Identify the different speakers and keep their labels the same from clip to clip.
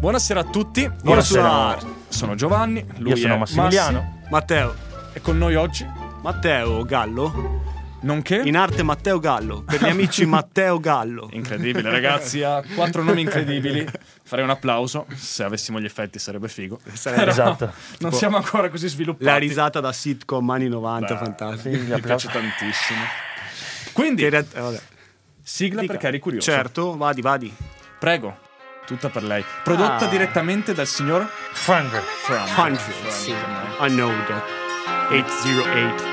Speaker 1: Buonasera a tutti.
Speaker 2: Buonasera.
Speaker 1: Io sono, sono Giovanni. Lui
Speaker 2: Io sono
Speaker 1: è
Speaker 2: Massimiliano.
Speaker 3: Matteo.
Speaker 1: Massi, e con noi oggi,
Speaker 3: Matteo Gallo.
Speaker 1: nonché.
Speaker 3: In arte Matteo Gallo. Per gli amici Matteo Gallo.
Speaker 1: Incredibile, ragazzi. Ha quattro nomi incredibili. Farei un applauso. Se avessimo gli effetti sarebbe figo.
Speaker 3: Sarebbe-
Speaker 1: Però
Speaker 2: Esatto.
Speaker 1: Non siamo ancora così sviluppati.
Speaker 3: La risata da sitcom anni 90,
Speaker 1: Beh,
Speaker 3: fantastica.
Speaker 2: sì, gli
Speaker 1: Mi piace
Speaker 2: applausi.
Speaker 1: tantissimo. Quindi,
Speaker 3: Che in realtà- eh, vabbè.
Speaker 1: sigla
Speaker 3: Dica.
Speaker 1: perché eri curioso.
Speaker 3: Certo, vadi, vadi.
Speaker 1: Prego. Tutta per lei. Prodotta
Speaker 3: Ah.
Speaker 1: direttamente dal signor
Speaker 2: Frank.
Speaker 1: Frank.
Speaker 3: Hundred. I know that. 808.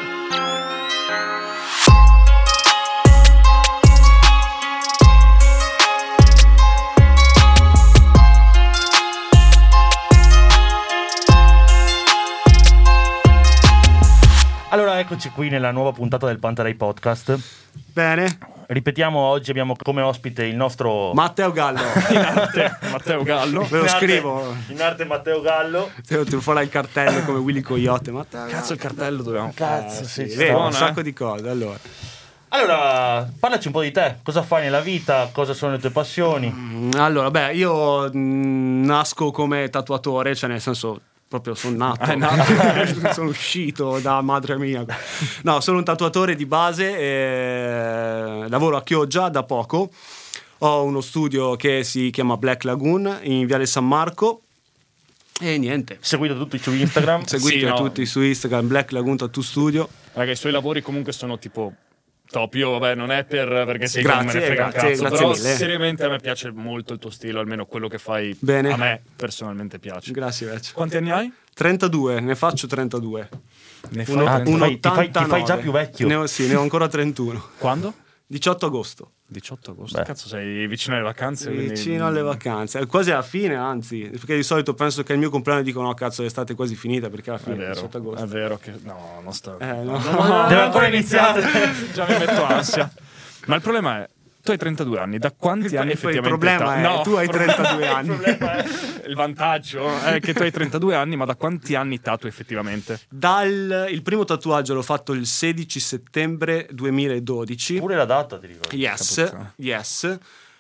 Speaker 2: Allora, eccoci qui nella nuova puntata del Pantarai Podcast.
Speaker 3: Bene.
Speaker 2: Ripetiamo, oggi abbiamo come ospite il nostro...
Speaker 3: Matteo Gallo.
Speaker 1: Matteo Gallo.
Speaker 3: Ve lo
Speaker 2: In arte-
Speaker 3: scrivo.
Speaker 2: In arte Matteo Gallo.
Speaker 3: Te lo trufferà il cartello come Willy Coyote. Matteo.
Speaker 1: Cazzo, il cartello dovevamo.
Speaker 2: Cazzo,
Speaker 3: Sì,
Speaker 2: sì, ci
Speaker 3: vero,
Speaker 2: stavo.
Speaker 3: un
Speaker 1: eh?
Speaker 3: sacco di cose. Allora,
Speaker 2: Allora, parlaci un po' di te. Cosa fai nella vita? Cosa sono le tue passioni?
Speaker 3: Mm, allora, beh, io mm, nasco come tatuatore, cioè nel senso proprio sono nato,
Speaker 1: Ah, è nato.
Speaker 3: sono uscito da madre mia. No, sono un tatuatore di base, eh, lavoro a Chioggia da poco. Ho uno studio che si chiama Black Lagoon in Viale San Marco e niente.
Speaker 2: Seguito tutti su Instagram.
Speaker 3: Seguite
Speaker 1: no.
Speaker 3: tutti su Instagram Black Lagoon Tattoo Studio.
Speaker 1: Raga, i suoi lavori comunque sono tipo top. Io, vabbè, non è per perché sei
Speaker 3: Grazie,
Speaker 1: me ne frega un
Speaker 3: grazie,
Speaker 1: cazzo,
Speaker 3: grazie
Speaker 1: però
Speaker 3: mille.
Speaker 1: seriamente a me piace molto il tuo stile, almeno quello che fai
Speaker 3: Bene.
Speaker 1: a me personalmente piace.
Speaker 3: Grazie, Vecchio.
Speaker 1: Quanti anni hai?
Speaker 3: 32, ne faccio 32.
Speaker 1: Ne
Speaker 3: Uno-
Speaker 2: Ah, ti
Speaker 3: un
Speaker 2: fai- ti fai- ti fai già
Speaker 3: 89.
Speaker 2: più vecchio.
Speaker 3: Ne ho, sì, ne ho ancora 31.
Speaker 1: Quando?
Speaker 3: 18 agosto.
Speaker 1: 18 agosto.
Speaker 2: Beh.
Speaker 1: Cazzo, sei vicino alle vacanze? Cioè, quindi- mm.
Speaker 3: Vicino alle vacanze, eh, quasi alla fine, anzi, perché di solito penso che il mio compleanno dicono: No, cazzo, l'estate è quasi finita perché alla
Speaker 1: È
Speaker 3: fine è 18
Speaker 1: vero, è
Speaker 3: agosto.
Speaker 1: vero che... No, non sto...
Speaker 3: Eh, no.
Speaker 2: Deve ancora iniziare.
Speaker 1: Già mi metto ansia. Ma il problema è, tu hai 32 anni, da quanti anni
Speaker 3: Il
Speaker 1: effettivamente?
Speaker 3: problema è,
Speaker 1: età- No,
Speaker 3: tu hai
Speaker 1: il problema-
Speaker 3: 32
Speaker 1: il
Speaker 3: anni.
Speaker 1: problema è- Il vantaggio è che tu hai 32 anni, ma da quanti anni tatu effettivamente?
Speaker 3: Dal, il primo tatuaggio l'ho fatto il 16 settembre 2012.
Speaker 2: Pure la data, ti ricordo.
Speaker 3: Yes,
Speaker 1: Capuzza.
Speaker 3: yes.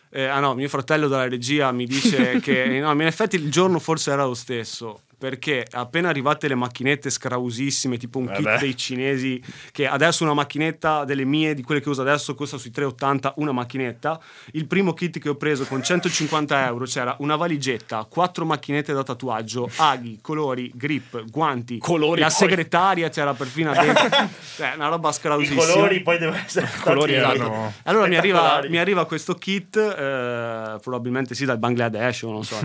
Speaker 3: Eh, ah no, mio fratello dalla regia mi dice che eh, no, in effetti il giorno forse era lo stesso. Perché appena arrivate le macchinette scrausissime, tipo un
Speaker 1: Vabbè.
Speaker 3: kit dei cinesi, che adesso una macchinetta delle mie, di quelle che uso adesso, costa sui 3,80 una macchinetta. Il primo kit che ho preso con 150 euro c'era una valigetta, quattro macchinette da tatuaggio, aghi, colori, grip, guanti,
Speaker 1: Colori
Speaker 3: la
Speaker 1: poi.
Speaker 3: segretaria c'era perfino dentro. cioè, una roba
Speaker 2: I
Speaker 3: scrausissima.
Speaker 2: colori poi devono essere...
Speaker 1: I colori
Speaker 2: stati-
Speaker 1: erano...
Speaker 3: Allora mi arriva,
Speaker 2: Spettacolari.
Speaker 3: mi arriva questo kit, eh, probabilmente sì dal Bangladesh o non so.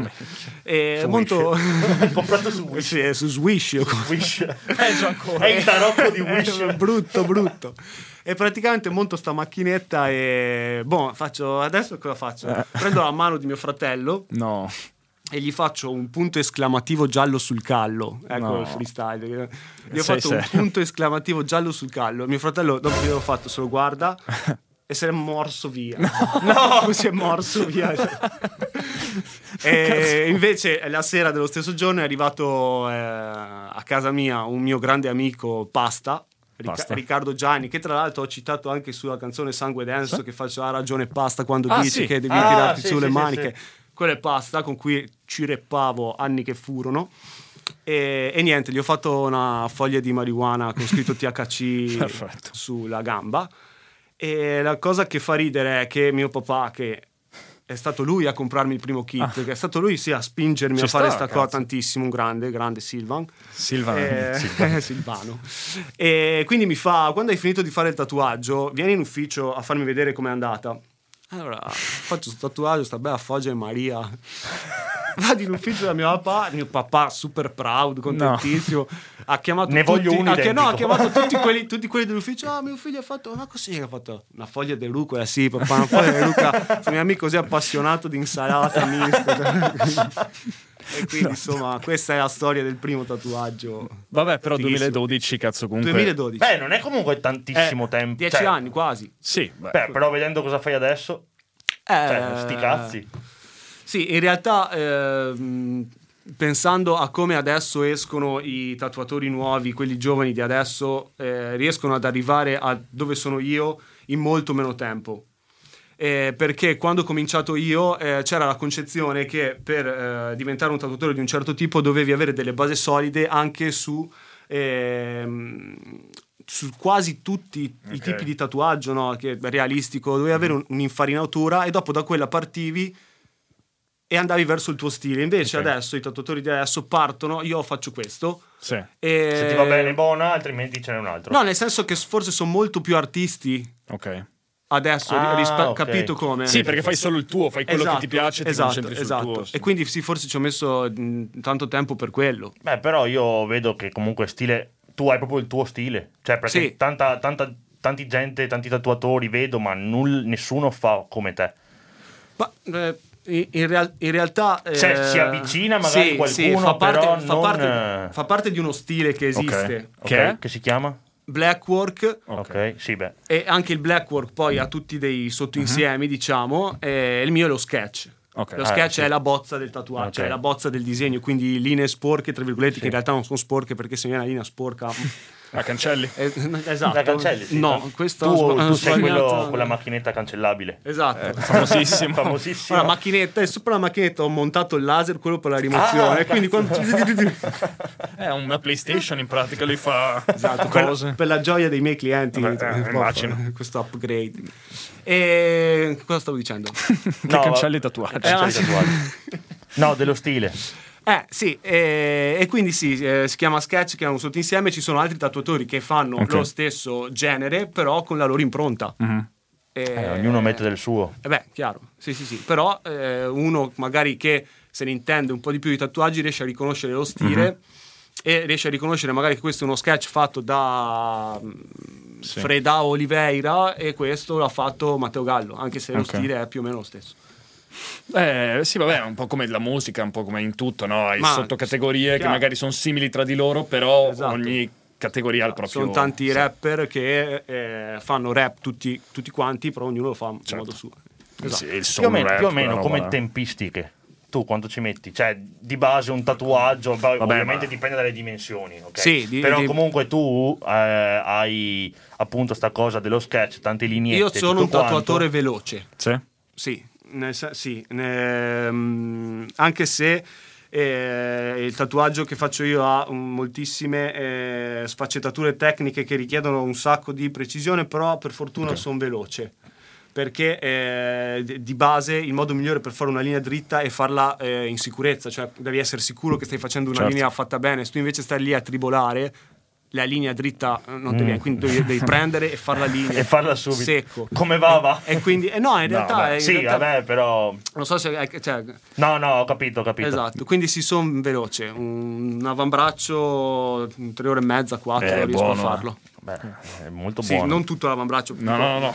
Speaker 3: e
Speaker 2: Su
Speaker 3: molto...
Speaker 2: Wish. Comprato su Eh, Wish.
Speaker 3: sì, su Swish. o come-
Speaker 2: Wish.
Speaker 1: Peggio ancora.
Speaker 2: È il tarocco di
Speaker 3: Eh,
Speaker 2: Wish.
Speaker 3: brutto, brutto. E praticamente monto sta macchinetta e... Boh, faccio... Adesso cosa faccio?
Speaker 2: Eh.
Speaker 3: Prendo la mano di mio fratello
Speaker 1: No.
Speaker 3: e gli faccio un punto esclamativo giallo sul callo. Ecco
Speaker 1: No.
Speaker 3: il freestyle. Gli
Speaker 1: Sei
Speaker 3: ho fatto un
Speaker 1: serio?
Speaker 3: punto esclamativo giallo sul callo. Mio fratello, dopo che l'ho fatto, se lo guarda e se l'è morso via. No, si è morso via. Eh, e invece la sera dello stesso giorno è arrivato eh, a casa mia un mio grande amico Pasta. Ric-
Speaker 1: Pasta.
Speaker 3: Riccardo Gianni, che tra l'altro ho citato anche sulla canzone Sangue Denso, che faceva ragione Pasta quando
Speaker 1: Ah,
Speaker 3: dice
Speaker 1: sì.
Speaker 3: che devi
Speaker 2: Ah,
Speaker 3: tirarti
Speaker 2: sì,
Speaker 3: su le
Speaker 2: sì, sì,
Speaker 3: maniche.
Speaker 2: sì.
Speaker 3: Quella è pasta con cui ci reppavo anni che furono. E, e niente, gli ho fatto una foglia di marijuana con scritto THC
Speaker 1: Perfetto.
Speaker 3: sulla gamba. E la cosa che fa ridere è che mio papà, che è stato lui a comprarmi il primo kit, che è stato lui sì, a spingermi
Speaker 1: Ah. Ci
Speaker 3: a fare
Speaker 1: sta,
Speaker 3: sta cosa
Speaker 1: cazzo.
Speaker 3: tantissimo, un grande, grande Silvan.
Speaker 1: Silvan.
Speaker 3: Eh,
Speaker 1: sì.
Speaker 3: Silvano. E quindi mi fa: Quando hai finito di fare il tatuaggio, vieni in ufficio a farmi vedere com'è andata. Allora, faccio questo tatuaggio, sta bella foggia e Maria. Vado in ufficio da mio papà, mio papà super proud, contentissimo. Ha chiamato
Speaker 2: Ne
Speaker 3: tutti,
Speaker 2: voglio uno
Speaker 3: ha chi- no, ha
Speaker 2: identico.
Speaker 3: chiamato tutti quelli, tutti quelli dell'ufficio. Ah, mio figlio ha fatto una così. Ha fatto una foglia di rucola, sì, papà, una foglia di rucola. Sono mio amico così appassionato di insalata mista. E quindi, insomma, questa è la storia del primo tatuaggio.
Speaker 1: Vabbè, però
Speaker 3: Fighissimo.
Speaker 1: 2012, cazzo, comunque...
Speaker 3: 2012.
Speaker 2: Beh, non è comunque tantissimo tempo.
Speaker 3: 10
Speaker 2: cioè,
Speaker 3: anni quasi.
Speaker 1: Sì, beh.
Speaker 2: Beh, però vedendo cosa fai adesso, cioè,
Speaker 3: Eh,
Speaker 2: sti cazzi.
Speaker 3: Sì, in realtà ehm, pensando a come adesso escono i tatuatori nuovi, quelli giovani di adesso, eh, riescono ad arrivare a dove sono io in molto meno tempo. eh, perché quando ho cominciato io eh, c'era la concezione che per eh, diventare un tatuatore di un certo tipo dovevi avere delle basi solide anche su, ehm, su quasi tutti i
Speaker 1: Ok.
Speaker 3: tipi di tatuaggio, no? che è realistico, dovevi avere un- un'infarinatura e dopo da quella partivi e andavi verso il tuo stile. Invece
Speaker 1: Ok.
Speaker 3: adesso i tatuatori di adesso partono, io faccio questo.
Speaker 1: Sì.
Speaker 3: E...
Speaker 2: Se ti va bene, buona, altrimenti ce n'è un altro.
Speaker 3: Eh. No, nel senso che forse sono molto più artisti
Speaker 1: Ok.
Speaker 3: adesso,
Speaker 2: Ah,
Speaker 3: rispe-
Speaker 2: ok.
Speaker 3: capito come?
Speaker 1: Sì, perché fai solo il tuo, fai quello che ti piace, ti
Speaker 3: esatto,
Speaker 1: concentri sul
Speaker 3: esatto.
Speaker 1: tuo.
Speaker 3: E quindi sì, forse ci ho messo mh, tanto tempo per quello.
Speaker 2: Beh, però io vedo che comunque stile. Tu hai proprio il tuo stile. Cioè, perché
Speaker 3: Sì.
Speaker 2: tanta, tanta, tanti gente, tanti tatuatori vedo, ma null- nessuno fa come te.
Speaker 3: Ma eh, in, in real- in realtà... eh,
Speaker 2: Cioè, si avvicina magari qualcuno,
Speaker 3: fa parte,
Speaker 2: però
Speaker 3: fa,
Speaker 2: non,
Speaker 3: parte,
Speaker 2: eh.
Speaker 3: fa parte di uno stile che esiste.
Speaker 2: Ok?
Speaker 1: Che è?
Speaker 2: Che si chiama?
Speaker 3: Blackwork
Speaker 2: Ok, sì, beh.
Speaker 3: e anche il Blackwork poi ha tutti dei sottoinsiemi, diciamo, e il mio è lo sketch.
Speaker 1: Ok.
Speaker 3: Lo
Speaker 1: Ah,
Speaker 3: sketch
Speaker 2: Mhm. sì.
Speaker 3: è la bozza del tatuaggio, cioè
Speaker 2: Ok.
Speaker 3: la bozza del disegno, quindi linee sporche, tra virgolette, che in realtà non sono sporche perché se viene una linea sporca
Speaker 1: Ah, cancelli.
Speaker 3: Eh, esatto.
Speaker 2: La cancelli? sì.
Speaker 3: no, questo
Speaker 2: tu,
Speaker 3: ho sba-
Speaker 2: tu
Speaker 3: ho
Speaker 2: sei
Speaker 3: sbagliato.
Speaker 2: quello con la Eh. macchinetta cancellabile.
Speaker 3: Esatto.
Speaker 1: Eh, Famosissimo.
Speaker 2: Famosissimo.
Speaker 3: Ho la macchinetta e sopra la macchinetta ho montato il laser, quello
Speaker 2: Ah,
Speaker 3: per la rimozione. quindi quando...
Speaker 1: È Eh, una PlayStation in pratica, lui fa
Speaker 3: Esatto, per,
Speaker 1: cose.
Speaker 3: per la gioia dei miei clienti.
Speaker 1: Vabbè, eh,
Speaker 3: Boh,
Speaker 1: immagino.
Speaker 3: Questo upgrade. E cosa stavo dicendo?
Speaker 1: Che
Speaker 2: No,
Speaker 1: cancelli i
Speaker 2: va-
Speaker 1: tatuaggi.
Speaker 2: Cancelli
Speaker 3: Eh,
Speaker 2: i
Speaker 3: sì.
Speaker 2: tatuaggi. No, dello stile.
Speaker 3: Eh sì, eh, e quindi sì, eh, si chiama Sketch, che è un sottoinsieme, ci sono altri tatuatori che fanno
Speaker 1: Ok.
Speaker 3: lo stesso genere, però con la loro impronta.
Speaker 1: Mhm.
Speaker 2: Eh,
Speaker 3: Eh,
Speaker 2: ognuno mette del suo.
Speaker 3: Eh beh, chiaro, sì, sì, sì, però eh, uno magari che se ne intende un po' di più di tatuaggi riesce a riconoscere lo stile
Speaker 2: Mhm.
Speaker 3: e riesce a riconoscere magari che questo è uno sketch fatto da mm,
Speaker 1: Sì.
Speaker 3: Freda Oliveira e questo l'ha fatto Matteo Gallo, anche se lo
Speaker 1: Ok.
Speaker 3: stile è più o meno lo stesso.
Speaker 1: Eh, sì, vabbè, è un po' come la musica, un po' come in tutto, no? Hai
Speaker 3: Ma-
Speaker 1: sottocategorie che
Speaker 3: chiaro.
Speaker 1: magari sono simili tra di loro, però
Speaker 3: Esatto.
Speaker 1: ogni categoria ha il proprio...
Speaker 3: Sono tanti
Speaker 1: sì.
Speaker 3: rapper che eh, fanno rap tutti, tutti quanti, però ognuno lo fa in
Speaker 1: Certo.
Speaker 3: modo suo.
Speaker 1: Sì,
Speaker 3: Esatto.
Speaker 1: il
Speaker 2: Più o
Speaker 1: soul
Speaker 2: meno,
Speaker 1: rap,
Speaker 2: più o
Speaker 1: quella
Speaker 2: meno
Speaker 1: roba eh.
Speaker 2: come
Speaker 1: là.
Speaker 2: tempistiche. Tu quanto ci metti? Cioè, di base un tatuaggio, poi
Speaker 1: Vabbè,
Speaker 2: ovviamente
Speaker 1: ma-
Speaker 2: dipende dalle dimensioni, ok?
Speaker 3: Sì, di-
Speaker 2: Però
Speaker 3: di-
Speaker 2: comunque tu eh, hai appunto sta cosa dello sketch, tante lineette
Speaker 3: Io sono
Speaker 2: tutto
Speaker 3: un tatuatore
Speaker 2: quanto.
Speaker 3: veloce.
Speaker 1: Sì?
Speaker 3: Sì, nel sen- sì, ne- mm, anche se eh, il tatuaggio che faccio io ha mm, moltissime eh, sfaccettature tecniche che richiedono un sacco di precisione, però per fortuna sono veloce. Perché eh, d- di base il modo migliore per fare una linea dritta è farla eh, in sicurezza, cioè devi essere sicuro che stai facendo una
Speaker 1: Certo.
Speaker 3: linea fatta bene. Se tu invece stai lì a tribolare, la linea dritta eh, non devi, quindi devi, devi prendere e farla linea
Speaker 2: Mm. E farla subito.
Speaker 3: secco.
Speaker 2: Come va, va?
Speaker 3: E quindi, eh, no, in realtà.
Speaker 1: vabbè.
Speaker 3: in
Speaker 2: sì,
Speaker 3: realtà-
Speaker 2: vabbè, però...
Speaker 3: non so se. eh, cioè,
Speaker 2: No, no, ho capito, ho capito.
Speaker 3: esatto, quindi si sono veloce. Un avambraccio, in tre ore e mezza, quattro,
Speaker 1: Eh,
Speaker 3: riesco
Speaker 1: buono,
Speaker 3: a farlo.
Speaker 2: Beh, è molto
Speaker 3: Sì,
Speaker 2: buono.
Speaker 3: non tutto l'avambraccio.
Speaker 1: No, no, no.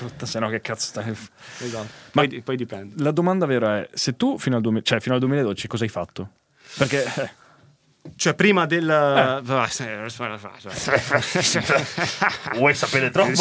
Speaker 1: Brutta, Se no che cazzo stai...
Speaker 3: Esatto.
Speaker 1: Ma-
Speaker 3: Poi, di- poi dipende.
Speaker 1: La domanda vera è, se tu fino al, 2000 cioè, fino al 2012 cosa hai fatto? Perché... eh,
Speaker 3: Cioè, prima del.
Speaker 2: Vuoi sapere troppo?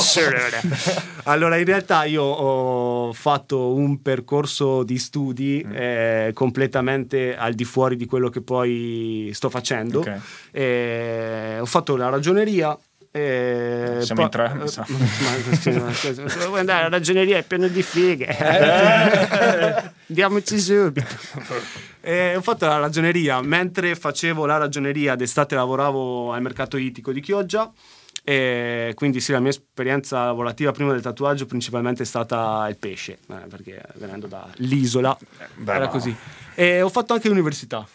Speaker 3: allora, in realtà io ho fatto un percorso di studi
Speaker 1: Mm.
Speaker 3: eh, completamente al di fuori di quello che poi sto facendo.
Speaker 1: Ok.
Speaker 3: Eh, ho fatto la ragioneria. eh,
Speaker 1: Siamo in tre, mi
Speaker 3: eh,
Speaker 1: sa.
Speaker 3: ma- ma- scusa, ma- scusa, se vuoi andare alla ragioneria è pieno di
Speaker 1: Eh.
Speaker 3: fighe. Andiamoci subito. Eh, ho fatto la ragioneria. Mentre facevo la ragioneria d'estate lavoravo al mercato ittico di Chioggia. E quindi sì, la mia esperienza lavorativa prima del tatuaggio principalmente è stata il pesce, eh, perché venendo dall'isola
Speaker 1: beh,
Speaker 3: era
Speaker 1: ma-
Speaker 3: così. E ho fatto anche l'università.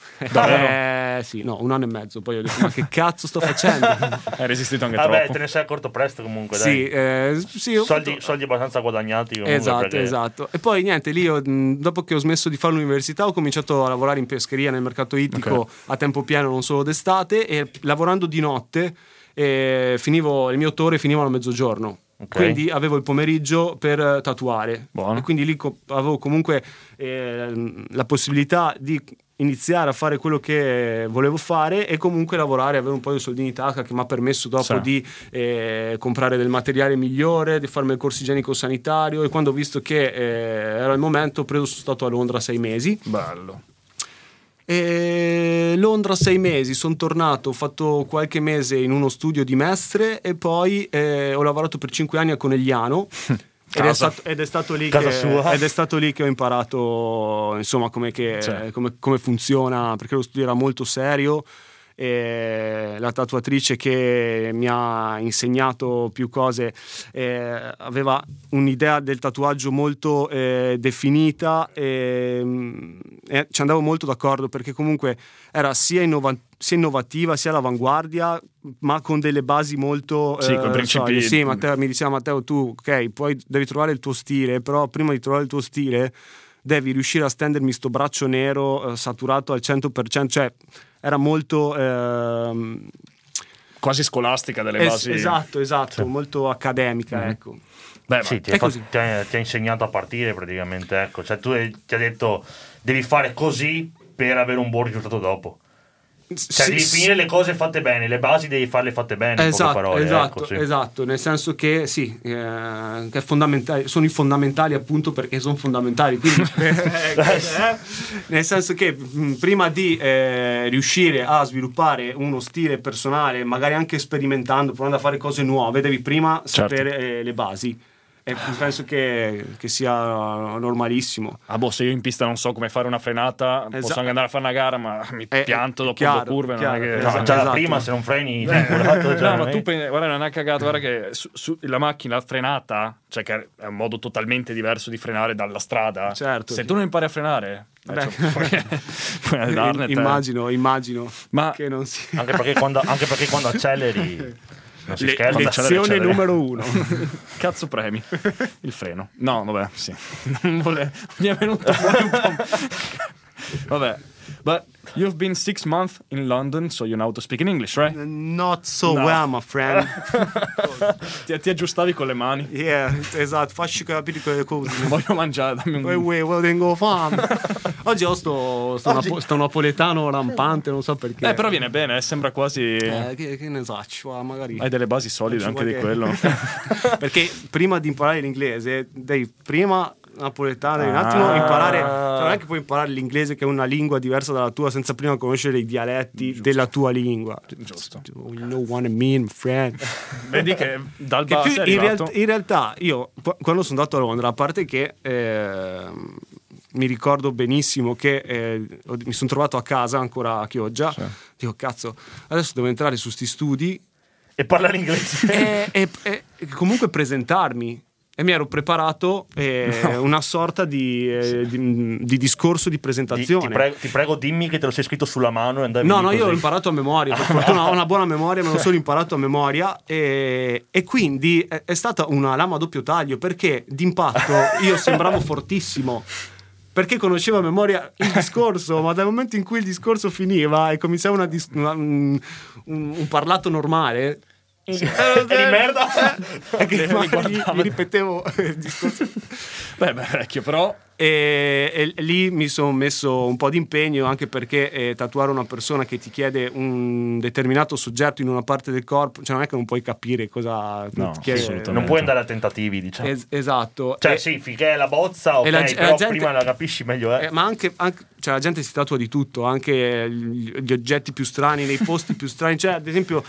Speaker 1: Davvero?
Speaker 3: Eh, sì, no, un anno e mezzo, poi ho detto ma che cazzo sto facendo?
Speaker 1: Hai resistito anche
Speaker 2: Vabbè,
Speaker 1: troppo.
Speaker 2: te ne sei accorto presto comunque,
Speaker 3: sì,
Speaker 2: dai.
Speaker 3: eh, sì, ho
Speaker 2: soldi,
Speaker 3: fatto-
Speaker 2: soldi abbastanza guadagnati comunque.
Speaker 3: Esatto,
Speaker 2: perché-
Speaker 3: esatto. E poi niente, lì ho- mh, dopo che ho smesso di fare l'università ho cominciato a lavorare in pescheria nel mercato ittico
Speaker 1: Ok.
Speaker 3: a tempo pieno, non solo d'estate, e lavorando di notte eh, finivo, il mio torre finiva a mezzogiorno.
Speaker 2: Ok.
Speaker 3: Quindi avevo il pomeriggio per eh, tatuare.
Speaker 1: Buono.
Speaker 3: E quindi lì co- avevo comunque eh, la possibilità di iniziare a fare quello che volevo fare e comunque lavorare, avere un po' di soldi in tasca che mi ha permesso dopo
Speaker 1: Sì.
Speaker 3: di eh, comprare del materiale migliore, di farmi il corso igienico-sanitario e quando ho visto che eh, era il momento ho preso, sono stato a Londra sei mesi
Speaker 1: Bello.
Speaker 3: e Londra sei mesi, sono tornato, ho fatto qualche mese in uno studio di Mestre e poi eh, ho lavorato per cinque anni a Conegliano Ed è,
Speaker 1: Casa.
Speaker 3: stato, ed è stato lì
Speaker 2: Casa
Speaker 3: che,
Speaker 2: sua.
Speaker 3: ed è stato lì che ho imparato insomma come, che-
Speaker 1: Cioè.
Speaker 3: come- come funziona, perché lo studio era molto serio. E la tatuatrice che mi ha insegnato più cose eh, aveva un'idea del tatuaggio molto eh, definita e, mm, e ci andavo molto d'accordo perché comunque era sia, innova- sia innovativa sia all'avanguardia ma con delle basi molto
Speaker 1: Sì, coi
Speaker 3: eh,
Speaker 1: principi-
Speaker 3: solide. sì Matteo mi diceva Matteo tu ok poi devi trovare il tuo stile però prima di trovare il tuo stile devi riuscire a stendermi sto braccio nero eh, saturato al 100% cioè era molto ehm,
Speaker 1: Quasi scolastica delle
Speaker 3: es-
Speaker 1: basi.
Speaker 3: esatto esatto molto accademica
Speaker 1: Mhm.
Speaker 3: ecco
Speaker 1: Beh, ma-
Speaker 2: Sì, ti
Speaker 3: è
Speaker 2: ha, fatto-
Speaker 3: così.
Speaker 2: ti ha- ti ha insegnato a partire praticamente, ecco. Cioè, tu hai- ti ha detto devi fare così per avere un buon risultato dopo. Cioè,
Speaker 3: Sì,
Speaker 2: devi
Speaker 3: sì.
Speaker 2: finire le cose fatte bene, le basi devi farle fatte bene, in poche
Speaker 3: Esatto,
Speaker 2: parole.
Speaker 3: esatto,
Speaker 2: ecco, sì.
Speaker 3: esatto, nel senso che sì, eh, che è fondamentale- sono i fondamentali appunto perché sono fondamentali, quindi, eh, nel senso che mh, prima di eh, riuscire a sviluppare uno stile personale, magari anche sperimentando, provando a fare cose nuove, devi prima
Speaker 1: Certo.
Speaker 3: sapere eh, le basi e
Speaker 2: Ah.
Speaker 3: penso che, che sia normalissimo.
Speaker 1: Ah boh, se io in pista non so come fare una frenata, posso
Speaker 3: Esatto.
Speaker 1: anche andare a fare una gara, ma mi
Speaker 3: Eh,
Speaker 1: pianto
Speaker 3: eh,
Speaker 1: dopo
Speaker 3: chiaro,
Speaker 1: due curve.
Speaker 3: chiaro,
Speaker 1: non è che...
Speaker 2: No,
Speaker 3: Esatto,
Speaker 2: Cioè, già la
Speaker 3: esatto.
Speaker 2: prima se non freni
Speaker 1: Eh,
Speaker 2: figurato, cioè,
Speaker 1: no, ma
Speaker 2: eh.
Speaker 1: tu pensi, guarda, non è una cagata, guarda che su- su- la macchina frenata, cioè che è un modo totalmente diverso di frenare dalla strada.
Speaker 3: Certo,
Speaker 1: Se
Speaker 3: sì.
Speaker 1: tu non impari a frenare, eh,
Speaker 3: Vabbè.
Speaker 1: cioè, puoi- puoi
Speaker 2: Eh,
Speaker 1: andarne, te.
Speaker 3: immagino, immagino
Speaker 1: Ma-
Speaker 3: che non sia...
Speaker 2: Anche perché quando, anche perché quando acceleri non si
Speaker 3: Le-
Speaker 2: scherza.
Speaker 1: quando acceleri-
Speaker 3: lezione
Speaker 1: accelera.
Speaker 3: numero uno.
Speaker 1: Cazzo premi il freno. No, vabbè, sì. Non vole- Mi è venuto fuori un po'. vabbè. But you've been six months in London, so you know how to speak in English, right?
Speaker 3: Not so
Speaker 1: No.
Speaker 3: well, my friend.
Speaker 1: Ti, ti aggiustavi con le mani.
Speaker 3: Yeah, esatto, facci capire quelle cose.
Speaker 1: Voglio mangiare, dammi un
Speaker 3: Uè, uè, well, tengo fame. Oggi ho sto, sto, napo- sto napoletano rampante, non so perché.
Speaker 1: Eh, però viene bene, eh, sembra quasi.
Speaker 3: Eh, che, che ne so, ci va, magari.
Speaker 1: Hai delle basi solide
Speaker 3: Ci
Speaker 1: anche di
Speaker 3: vuole-
Speaker 1: quello.
Speaker 3: perché prima di imparare l'inglese, devi prima napoletano e un attimo
Speaker 1: Ah.
Speaker 3: imparare. Cioè, non è che puoi imparare l'inglese, che è una lingua diversa dalla tua, senza prima conoscere i dialetti della tua lingua.
Speaker 1: Giusto.
Speaker 3: You know what I mean, friend.
Speaker 1: Vedi che dal
Speaker 3: Che
Speaker 1: basso
Speaker 3: più-
Speaker 1: è
Speaker 3: in,
Speaker 1: arrivato.
Speaker 3: real- in realtà io qu- quando sono andato a Londra, a parte che ehm, mi ricordo benissimo che eh, ho- mi sono trovato a casa ancora a Chioggia, dico cazzo, adesso devo entrare su sti studi
Speaker 2: E parlare inglese.
Speaker 3: e, e- e- e comunque presentarmi. E mi ero preparato eh, una sorta di, eh, di- di discorso di
Speaker 2: Ti,
Speaker 3: presentazione.
Speaker 2: ti prego, ti prego, dimmi che te lo sei scritto sulla mano e andavi
Speaker 3: No,
Speaker 2: lì
Speaker 3: no, io
Speaker 2: così.
Speaker 3: l'ho imparato a memoria. Per fortuna ho una buona memoria, me lo sono imparato a memoria. E, e quindi è, è stata una lama a doppio taglio perché d'impatto io sembravo fortissimo. Perché conoscevo a memoria il discorso, ma dal momento in cui il discorso finiva e cominciava una dis- una- un, un- un parlato normale.
Speaker 2: E di merda.
Speaker 3: eh, che
Speaker 1: Mi
Speaker 3: magari
Speaker 1: guardava.
Speaker 3: gli ripetevo il discorso
Speaker 1: Beh, beh, vecchio, però.
Speaker 3: e, e lì mi sono messo un po' di impegno anche perché eh, tatuare una persona che ti chiede un determinato soggetto in una parte del corpo, cioè non è che non puoi capire cosa
Speaker 1: No,
Speaker 3: ti chiede.
Speaker 1: assolutamente.
Speaker 2: Non puoi andare a tentativi, diciamo.
Speaker 3: Es- esatto.
Speaker 2: Cioè,
Speaker 3: E-
Speaker 2: sì, finché è la bozza, ok,
Speaker 3: e la- e la
Speaker 2: però
Speaker 3: gente-
Speaker 2: prima la capisci meglio, eh.
Speaker 3: eh, ma anche, anche- cioè, la gente si tatua di tutto, anche gli, gli oggetti più strani, nei posti più strani. Cioè, ad esempio,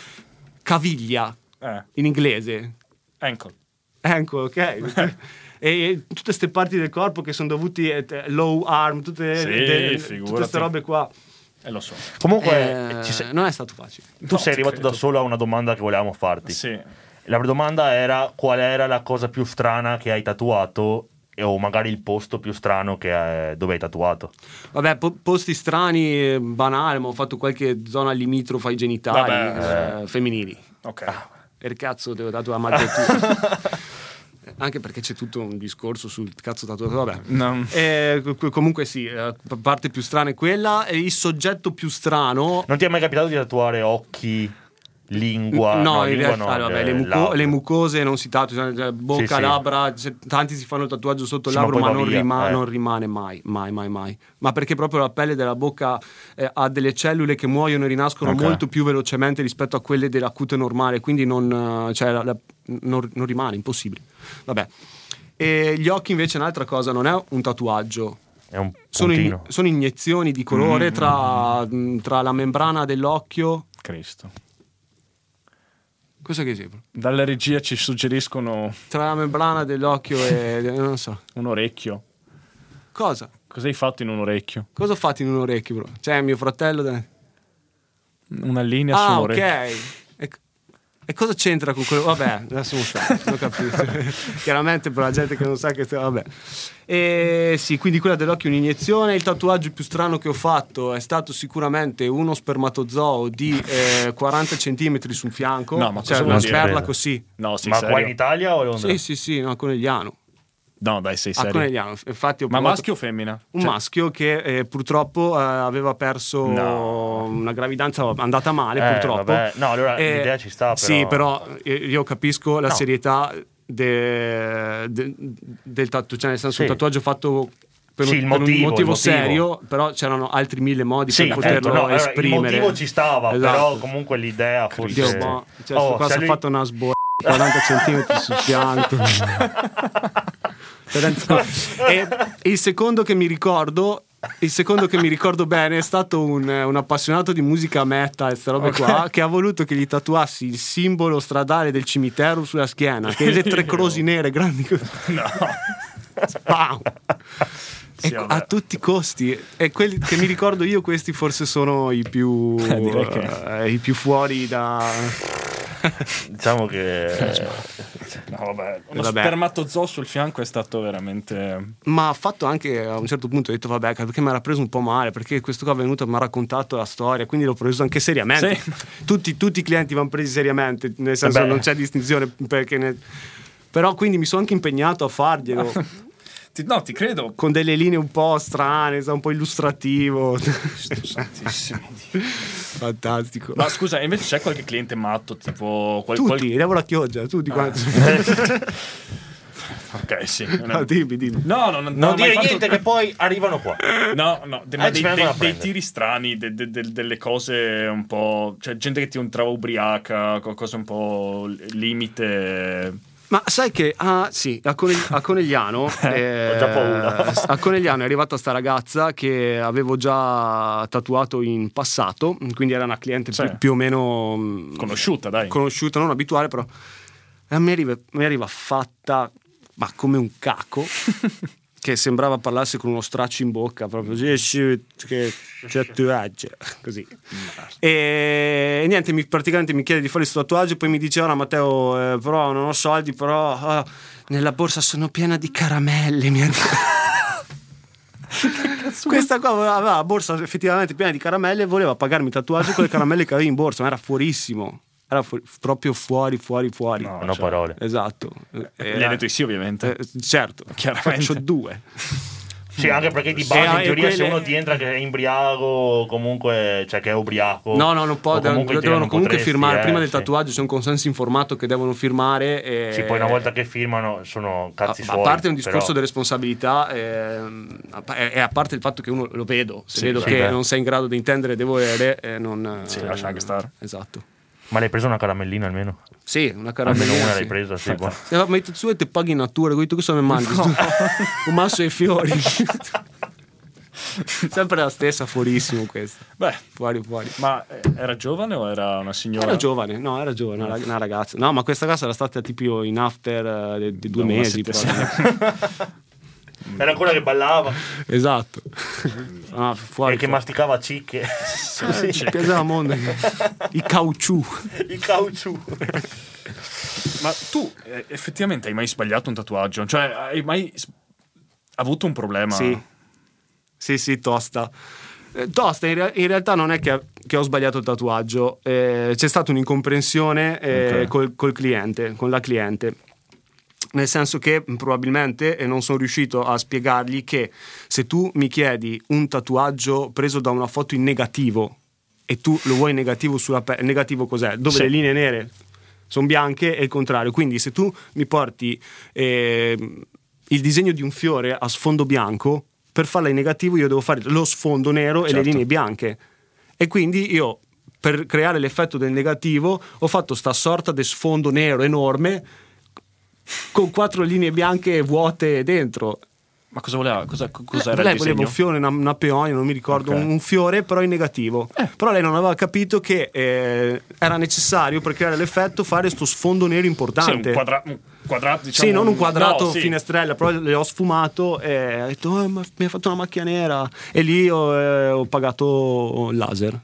Speaker 3: caviglia
Speaker 1: Eh,
Speaker 3: in inglese.
Speaker 1: ankle.
Speaker 3: Ecco, ok. E tutte queste parti del corpo che sono dovuti eh, te- low arm, tutte,
Speaker 1: Sì,
Speaker 3: de- tutte
Speaker 1: figurati.
Speaker 3: queste robe qua.
Speaker 1: E lo so.
Speaker 2: Comunque,
Speaker 3: Eh,
Speaker 2: ci sei-
Speaker 3: non è stato facile.
Speaker 2: tu
Speaker 1: no,
Speaker 2: sei
Speaker 1: ti
Speaker 2: arrivato
Speaker 1: credo.
Speaker 2: da solo a una domanda che volevamo farti.
Speaker 1: Sì.
Speaker 2: La domanda era qual era la cosa più strana che hai tatuato e- o magari il posto più strano che, eh, dove hai tatuato.
Speaker 3: Vabbè, po- posti strani, eh, banale, ma ho fatto qualche zona limitrofa ai genitali
Speaker 1: Vabbè,
Speaker 3: eh, femminili.
Speaker 1: Ok.
Speaker 3: E il cazzo devo tatuare a madre tu. Eh, Anche perché c'è tutto un discorso sul cazzo tatuato, vabbè.
Speaker 1: No.
Speaker 3: Eh, co- co- comunque sì, la parte più strana è quella e il soggetto più strano...
Speaker 2: Non ti è mai capitato di tatuare occhi, lingua?
Speaker 3: no, in
Speaker 2: lingua
Speaker 3: realtà
Speaker 2: no,
Speaker 3: vabbè,
Speaker 2: eh,
Speaker 3: le, muco-
Speaker 2: labbra.
Speaker 3: le mucose non si tatuano, cioè, bocca,
Speaker 2: Sì, sì.
Speaker 3: labbra, cioè, tanti si fanno il tatuaggio sotto il
Speaker 2: Sì, ma
Speaker 3: labbro,
Speaker 2: poi
Speaker 3: ma,
Speaker 2: va
Speaker 3: non,
Speaker 2: via,
Speaker 3: rima-
Speaker 2: eh.
Speaker 3: non rimane mai, mai, mai, mai. Ma perché proprio la pelle della bocca eh, ha delle cellule che muoiono e rinascono
Speaker 1: Ok.
Speaker 3: molto più velocemente rispetto a quelle della cute normale, quindi non, eh, cioè, la- la- non- non rimane, impossibile. Vabbè. E gli occhi invece è un'altra cosa, non è un tatuaggio,
Speaker 2: È un
Speaker 3: sono, in-
Speaker 2: puntino.
Speaker 3: sono iniezioni di colore
Speaker 2: Mm.
Speaker 3: mm, tra, tra la membrana dell'occhio
Speaker 1: Cristo.
Speaker 3: Cosa che esempio?
Speaker 1: Dalla regia ci suggeriscono
Speaker 3: Tra la membrana dell'occhio e... non so.
Speaker 1: un orecchio.
Speaker 3: Cosa?
Speaker 1: Cosa hai fatto in un orecchio?
Speaker 3: Cosa ho fatto in un orecchio, bro? Cioè, mio fratello... da-
Speaker 1: Una linea
Speaker 3: Ah, ok.
Speaker 1: sull'orecchio.
Speaker 3: E, e cosa c'entra con quello? Vabbè, adesso non stare, non capito. Chiaramente per la gente che non sa che... Vabbè. E sì, quindi quella dell'occhio è un'iniezione. Il tatuaggio più strano che ho fatto è stato sicuramente uno spermatozoo di eh, 40 cm su un fianco.
Speaker 1: No, ma cosa
Speaker 3: cioè,
Speaker 1: vuol
Speaker 3: una
Speaker 1: dire?
Speaker 3: sperla così.
Speaker 1: No, sei
Speaker 2: Ma
Speaker 1: serio?
Speaker 2: qua in Italia o a Londra?
Speaker 3: Sì, sì, sì, no, a Conegliano.
Speaker 1: No, dai, sei
Speaker 3: A
Speaker 1: serio.
Speaker 3: Conegliano. Infatti ho
Speaker 1: Ma
Speaker 3: provato-
Speaker 1: maschio o femmina?
Speaker 3: un
Speaker 1: Cioè,
Speaker 3: maschio che eh, purtroppo eh, aveva perso
Speaker 1: No.
Speaker 3: una gravidanza andata male,
Speaker 2: Eh,
Speaker 3: purtroppo. Eh,
Speaker 2: vabbè. No, allora l'idea ci sta, però-
Speaker 3: Sì, però eh, io capisco la
Speaker 2: No.
Speaker 3: serietà de- de- del tatuaggio, cioè nel senso
Speaker 2: Sì.
Speaker 3: un tatuaggio fatto per,
Speaker 2: Sì,
Speaker 3: un,
Speaker 2: il
Speaker 3: per un
Speaker 2: motivo, il motivo.
Speaker 3: serio, però c'erano altri mille modi
Speaker 2: Sì,
Speaker 3: per
Speaker 2: appunto,
Speaker 3: poterlo
Speaker 2: no, allora, il
Speaker 3: esprimere.
Speaker 2: motivo ci stava,
Speaker 3: Esatto.
Speaker 2: però comunque l'idea forse...
Speaker 3: Dio, ma cioè,
Speaker 2: Oh,
Speaker 3: sto qua
Speaker 2: se
Speaker 3: si è
Speaker 2: lui-
Speaker 3: fatto una sbo 40 cm sul fianco. e il secondo che mi ricordo. Il secondo che mi ricordo bene è stato un, un appassionato di musica metal e queste robe qua che ha voluto che gli tatuassi il simbolo stradale del cimitero sulla schiena, che le tre croci nere grandi così. Spam! E co- Ecco, a tutti i costi. E quelli che mi ricordo io, questi forse sono i più,
Speaker 1: Eh, direi che-
Speaker 3: eh, i più fuori da,
Speaker 2: Diciamo che... no, vabbè.
Speaker 1: Uno
Speaker 3: Vabbè.
Speaker 1: spermatozoo sul fianco è stato veramente...
Speaker 3: Ma ha fatto anche a un certo punto, ho detto vabbè, perché mi era preso un po' male, perché questo qua è venuto e mi ha raccontato la storia, quindi l'ho preso anche seriamente. Tutti, tutti i clienti vanno presi seriamente, nel senso
Speaker 2: Beh.
Speaker 3: non c'è distinzione perché ne- Però quindi mi sono anche impegnato a farglielo
Speaker 1: Ti- no, ti credo.
Speaker 3: con delle linee un po' strane, sa, un po' illustrativo.
Speaker 1: Cristo santissimo.
Speaker 3: Fantastico.
Speaker 1: Ma scusa, invece c'è qualche cliente matto, tipo... Qual- qual- Ah.
Speaker 3: tutti, devo la chioggia, tutti quanti.
Speaker 1: Ok, sì.
Speaker 3: No, dimmi, dimmi.
Speaker 1: No, no, no,
Speaker 2: Non
Speaker 1: no, ma
Speaker 2: dire
Speaker 1: hai fatto-
Speaker 2: niente che poi arrivano qua.
Speaker 1: No, no, de- ma
Speaker 2: ci
Speaker 1: dei,
Speaker 2: vengono
Speaker 1: dei-
Speaker 2: a
Speaker 1: dei
Speaker 2: prendere.
Speaker 1: tiri strani, de- de- de- delle cose un po'... Cioè, gente che ti entrava ubriaca, co- cose un po' l- limite...
Speaker 3: Ma sai che ah, sì, a, Coneg- a Conegliano eh,
Speaker 2: Ho già paura.
Speaker 3: a Conegliano è arrivata sta ragazza che avevo già tatuato in passato, quindi era una cliente
Speaker 1: Sì.
Speaker 3: più, più o meno
Speaker 2: Mm.
Speaker 3: mh,
Speaker 1: Conosciuta, dai.
Speaker 3: conosciuta, non abituale, però e a me arriva, mi arriva fatta ma come un caco che sembrava parlasse con uno straccio in bocca, proprio sì, sì, che c'è tatuaggio", così. E niente, mi- praticamente mi chiede di fare questo tatuaggio, poi mi dice: Ora Matteo, eh, però non ho soldi, però ah, nella borsa sono piena di caramelle. Mi ha detto. Questa qua aveva la borsa effettivamente piena di caramelle e voleva pagarmi il tatuaggio con le caramelle che avevi in borsa, ma era fuorissimo. Era fu- proprio fuori, fuori, fuori.
Speaker 1: No,
Speaker 2: Non ho
Speaker 1: cioè,
Speaker 2: parole.
Speaker 3: Esatto.
Speaker 2: Eh,
Speaker 1: Gli hai detto di sì, ovviamente.
Speaker 3: Eh, certo,
Speaker 1: Chiaramente.
Speaker 3: Faccio due.
Speaker 2: Sì, anche perché di
Speaker 3: Sì,
Speaker 2: base
Speaker 3: no,
Speaker 2: in
Speaker 3: e
Speaker 2: teoria se
Speaker 3: quelle-
Speaker 2: uno ti entra che è imbriaco o comunque cioè che è ubriaco.
Speaker 3: No, no, non può,
Speaker 2: o
Speaker 3: devono
Speaker 2: in teoria
Speaker 3: devono
Speaker 2: non
Speaker 3: comunque
Speaker 2: potresti,
Speaker 3: firmare.
Speaker 2: eh,
Speaker 3: Prima del
Speaker 2: sì.
Speaker 3: tatuaggio c'è un consenso informato che devono firmare. E...
Speaker 2: Sì, poi una volta che firmano sono
Speaker 3: A,
Speaker 2: cazzi
Speaker 3: a
Speaker 2: suoi.
Speaker 3: parte un discorso
Speaker 2: però-
Speaker 3: di responsabilità ehm, a pa- e e a parte il fatto che uno lo vedo, se
Speaker 1: Sì,
Speaker 3: vedo
Speaker 2: sì,
Speaker 3: che
Speaker 2: beh.
Speaker 3: non sei in grado di intendere e di volere, eh, non...
Speaker 1: Sì,
Speaker 3: eh,
Speaker 1: lascia anche stare.
Speaker 3: Esatto.
Speaker 2: Ma l'hai presa una caramellina almeno?
Speaker 3: Sì, una caramella.
Speaker 2: Almeno una
Speaker 3: sì.
Speaker 2: l'hai presa, sì. buono.
Speaker 3: Eh, ma i tetsuoi te paghi in natura, quindi tu cosa mi mangi? un masso ai fiori. Sempre la stessa, fuorissimo questo.
Speaker 1: Beh,
Speaker 3: Fuori, fuori.
Speaker 1: ma eh, era giovane o era una signora?
Speaker 3: Era giovane, no, era giovane, una rag- una ragazza. No, ma questa casa era stata tipo in after eh, di- di due
Speaker 1: No, una
Speaker 3: mesi.
Speaker 1: settimana.
Speaker 3: proprio.
Speaker 2: Era quella che ballava
Speaker 3: esatto. Ah, fuori,
Speaker 2: e che
Speaker 3: fuori.
Speaker 2: masticava cicche.
Speaker 3: Eh,
Speaker 2: Cioè.
Speaker 3: ci piaceva mondo. I caucciù.
Speaker 2: Il caucciù.
Speaker 1: Ma tu eh, effettivamente hai mai sbagliato un tatuaggio? Cioè, hai mai s- avuto un problema?
Speaker 3: Sì. Sì, sì, tosta. Eh, Tosta, in, rea- in realtà non è che, che ho sbagliato il tatuaggio, eh, c'è stata un'incomprensione eh,
Speaker 1: Ok.
Speaker 3: col, col cliente, con la cliente. Nel senso che mh, probabilmente eh, non sono riuscito a spiegargli che se tu mi chiedi un tatuaggio preso da una foto in negativo e tu lo vuoi negativo sulla pelle, negativo cos'è? Dove
Speaker 1: Sì.
Speaker 3: le linee nere sono bianche e il contrario. Quindi se tu mi porti eh, il disegno di un fiore a sfondo bianco, per farla in negativo io devo fare lo sfondo nero e le
Speaker 1: Certo.
Speaker 3: linee bianche. E quindi io per creare l'effetto del negativo ho fatto sta sorta di sfondo nero enorme con quattro linee bianche vuote dentro. Eh,
Speaker 1: Ma cosa voleva? Cosa, co- cos'era
Speaker 3: lei
Speaker 1: il
Speaker 3: voleva
Speaker 1: disegno?
Speaker 3: un fiore, una, una peonia, non mi ricordo,
Speaker 2: Ok.
Speaker 3: un, un fiore però in negativo.
Speaker 1: Eh.
Speaker 3: Però lei non aveva capito che eh, era necessario per creare l'effetto fare sto sfondo nero
Speaker 1: Sì,
Speaker 3: importante.
Speaker 1: un, quadra- un quadrato, diciamo.
Speaker 3: Sì, non un quadrato
Speaker 1: no, sì.
Speaker 3: finestrella, però le ho sfumato e ho detto, "Ah, ma mi ha fatto una macchia nera. E lì ho, eh, ho pagato il laser.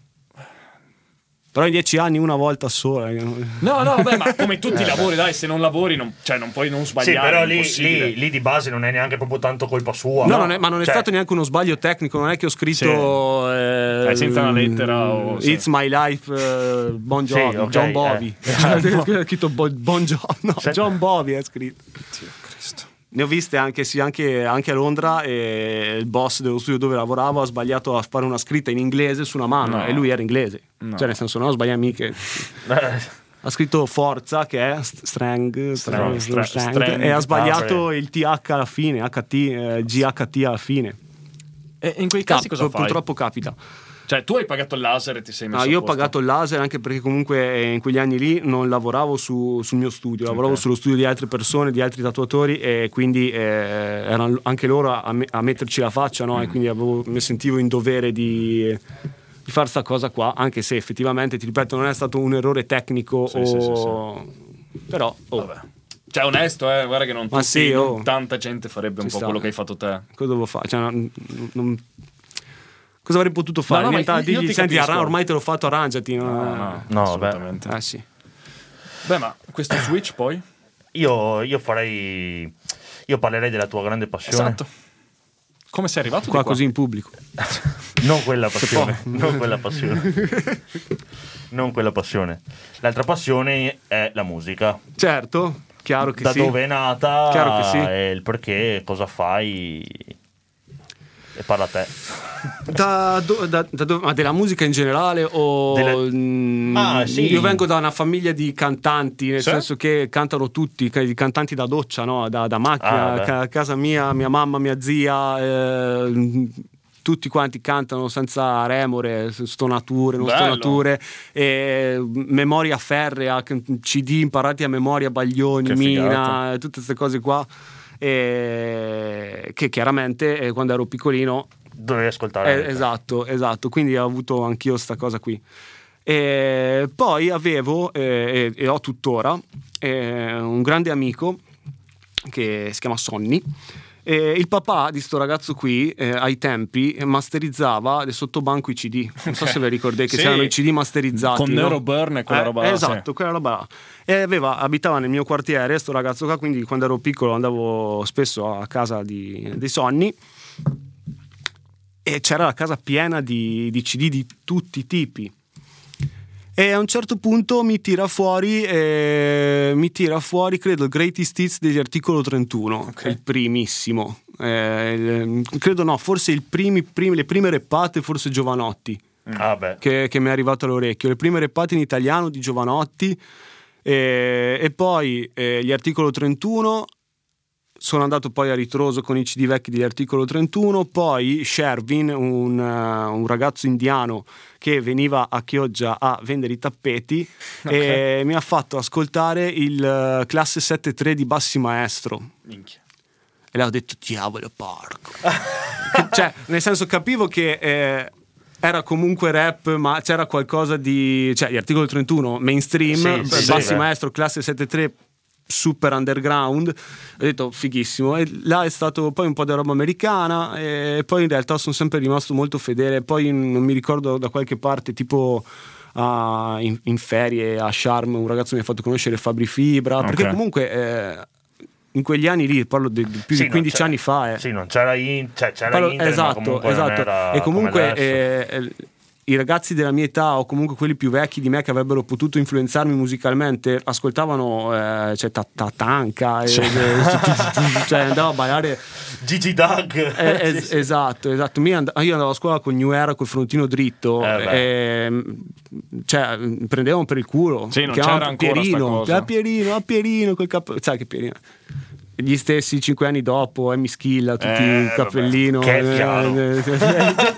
Speaker 3: Però in dieci anni una volta eh, sola. Sì,
Speaker 1: No, no, beh, ma come tutti i lavori, dai, se non lavori, non, cioè, non puoi non
Speaker 2: Sì,
Speaker 1: sbagliare.
Speaker 2: però
Speaker 1: è
Speaker 2: lì,
Speaker 1: impossibile.
Speaker 2: lì- lì di base non è neanche proprio tanto colpa sua.
Speaker 3: No, non è- ma non è
Speaker 2: Cioè,
Speaker 3: stato neanche uno sbaglio tecnico, non è che ho scritto... eh, mm,
Speaker 1: Eh, senza una lettera o-
Speaker 3: It's my life, eh, Bon
Speaker 2: Sì,
Speaker 3: Jovi,
Speaker 2: ok,
Speaker 3: John
Speaker 2: eh.
Speaker 3: Bovi. Ho scritto Bo- Bon Jovi, no,
Speaker 2: Se-
Speaker 3: John Bovi è scritto.
Speaker 1: Dio Cristo.
Speaker 3: Ne ho viste anche, sì, anche, anche a Londra e il boss dello studio dove lavoravo ha sbagliato a fare una scritta in inglese su una mano
Speaker 1: No.
Speaker 3: e lui era inglese.
Speaker 1: No.
Speaker 3: Cioè nel senso no, sbaglia mica. Ha scritto forza che è st- strang, strang,
Speaker 1: stra-
Speaker 3: strang,
Speaker 1: strang,
Speaker 3: e ha sbagliato
Speaker 2: ah, sì.
Speaker 3: il TH alla fine, HT, eh, GHT alla fine.
Speaker 1: E in quei
Speaker 3: Cap-
Speaker 1: casi cosa fai?
Speaker 3: purtroppo capita.
Speaker 1: Cioè, tu hai pagato il laser e ti sei messo
Speaker 3: No,
Speaker 1: a
Speaker 3: Ah, io ho
Speaker 1: posto.
Speaker 3: pagato il laser anche perché comunque eh, in quegli anni lì non lavoravo su- sul mio studio, lavoravo sullo studio di altre persone, di altri tatuatori e quindi eh, erano anche loro a, me- a metterci la faccia no? e
Speaker 1: Mm.
Speaker 3: quindi avevo- mi sentivo in dovere di, di fare sta cosa qua, anche se effettivamente, ti ripeto, non è stato un errore tecnico
Speaker 1: Sì,
Speaker 3: o...
Speaker 1: sì, sì,
Speaker 3: Però... oh,
Speaker 1: Vabbè. Cioè, onesto, eh, guarda che non
Speaker 3: Ma
Speaker 1: tutti,
Speaker 3: sì, oh.
Speaker 1: non tanta gente farebbe un
Speaker 3: Ci
Speaker 1: po'
Speaker 3: sta.
Speaker 1: quello che hai fatto te.
Speaker 3: cosa devo fare? Cioè, non- non- cosa avrei potuto fare?
Speaker 1: No, no, ma
Speaker 3: Niente,
Speaker 1: io- io
Speaker 3: digli,
Speaker 1: ti
Speaker 3: senti,
Speaker 1: capisco."
Speaker 3: arra- ormai te l'ho fatto, arrangiati. no?
Speaker 1: No,
Speaker 2: No,
Speaker 1: assolutamente.
Speaker 3: Ah sì.
Speaker 1: Beh, ma questo Switch poi?
Speaker 2: io, io farei. Io parlerei della tua grande passione.
Speaker 1: Esatto. Come sei arrivato di
Speaker 3: Qua così in pubblico.
Speaker 2: Non quella passione. Non quella passione. non quella passione. L'altra passione è la musica.
Speaker 3: Certo, chiaro che
Speaker 2: da
Speaker 3: sì.
Speaker 2: dove è nata
Speaker 3: Chiaro che sì.
Speaker 2: e il perché, cosa fai. E parla a te.
Speaker 3: Da do- da- da dove- ma della musica in generale o...
Speaker 2: Della-
Speaker 3: Mm,
Speaker 2: Ah, sì.
Speaker 3: Io vengo da una famiglia di cantanti, nel
Speaker 1: Sì?
Speaker 3: senso che cantano tutti, ca- i cantanti da doccia, no? da, da
Speaker 2: Ah,
Speaker 3: macchina,
Speaker 2: beh.
Speaker 3: ca- a casa mia, mia mamma, mia zia, eh, tutti quanti cantano senza remore, stonature, non
Speaker 1: Bello.
Speaker 3: stonature, eh, memoria ferrea, c- CD imparati a memoria, Baglioni,
Speaker 1: Che
Speaker 3: Mina,
Speaker 1: figata.
Speaker 3: tutte queste cose qua. eh, che chiaramente eh, quando ero piccolino
Speaker 2: Dovevi ascoltare.
Speaker 3: eh, esatto, esatto, quindi ho avuto anch'io sta cosa qui. E poi avevo eh, e, e ho tuttora eh, un grande amico che si chiama Sonny. E il papà di sto ragazzo qui eh, ai tempi masterizzava del sottobanco i CD. Non so se ve ricordate che
Speaker 1: Eh, Sì.
Speaker 3: c'erano i CD masterizzati
Speaker 1: Con
Speaker 3: no?
Speaker 1: Neuroburn e quella
Speaker 3: Eh,
Speaker 1: roba là,
Speaker 3: Esatto, quella roba là. E aveva- abitava nel mio quartiere, sto ragazzo qua, quindi quando ero piccolo andavo spesso a casa di, dei Sonny e c'era la casa piena di, di CD di tutti i tipi. E a un certo punto mi tira fuori, eh, mi tira fuori credo, il Greatest Hits degli articolo 31, il primissimo. Eh, il- credo no, forse il primi- primi- le prime reppate, forse Giovanotti
Speaker 2: Ah, beh.
Speaker 3: che, che mi è arrivato all'orecchio. Le prime repate in italiano di Giovanotti eh, e, poi eh, gli articolo 31. Sono andato poi a ritroso con i CD vecchi degli articolo 31, poi Shervin, un, eh, un ragazzo indiano che veniva a Chioggia a vendere i tappeti, e mi ha fatto ascoltare il eh, classe 7-3 di Bassi Maestro.
Speaker 1: Minchia.
Speaker 3: E là ho detto, diavolo, porco. Che- cioè, nel senso, capivo che eh, era comunque rap, ma c'era qualcosa di... Cioè, gli articoli 31, mainstream,
Speaker 2: Sì,
Speaker 3: b-
Speaker 2: sì,
Speaker 3: bassi
Speaker 2: sì, beh.
Speaker 3: maestro, classe 7-3, super underground. Ho detto, fighissimo. E là è stato poi un po' di roba americana, e poi in realtà sono sempre rimasto molto fedele. Poi mm, non mi ricordo da qualche parte, tipo... a- in, in ferie a Charm un ragazzo mi ha fatto conoscere Fabri Fibra perché
Speaker 1: Ok.
Speaker 3: comunque eh, in quegli anni lì parlo di, di più di
Speaker 2: Sì, non
Speaker 3: 15
Speaker 2: c'era-
Speaker 3: anni fa eh.
Speaker 2: Sì, non c'era, in, cioè, c'era
Speaker 3: Parlo-
Speaker 2: internet, ma
Speaker 3: esatto,
Speaker 2: comunque non
Speaker 3: esatto.
Speaker 2: era
Speaker 3: e comunque
Speaker 2: come adesso.
Speaker 3: eh, eh, i ragazzi della mia età o comunque quelli più vecchi di me che avrebbero potuto influenzarmi musicalmente ascoltavano eh, cioè, ta- ta- Tanka e- e- cioè andavo a ballare
Speaker 2: Gigi Doug.
Speaker 3: eh, es- esatto, esatto. Mi and- io andavo a scuola con New Era col frontino dritto,
Speaker 2: Eh,
Speaker 3: ehm, cioè mi prendevano per il culo.
Speaker 1: Sì, non
Speaker 3: Chiamavano
Speaker 1: c'era ancora
Speaker 3: Pierino,
Speaker 1: sta cosa.
Speaker 3: "Ah, Pierino, ah, Pierino, col capo. Sai che Pierino. Gli stessi cinque anni dopo, Emmy Schilla, tutti
Speaker 1: Eh,
Speaker 3: il cappellino, eh,
Speaker 2: vabbè. Che fiano.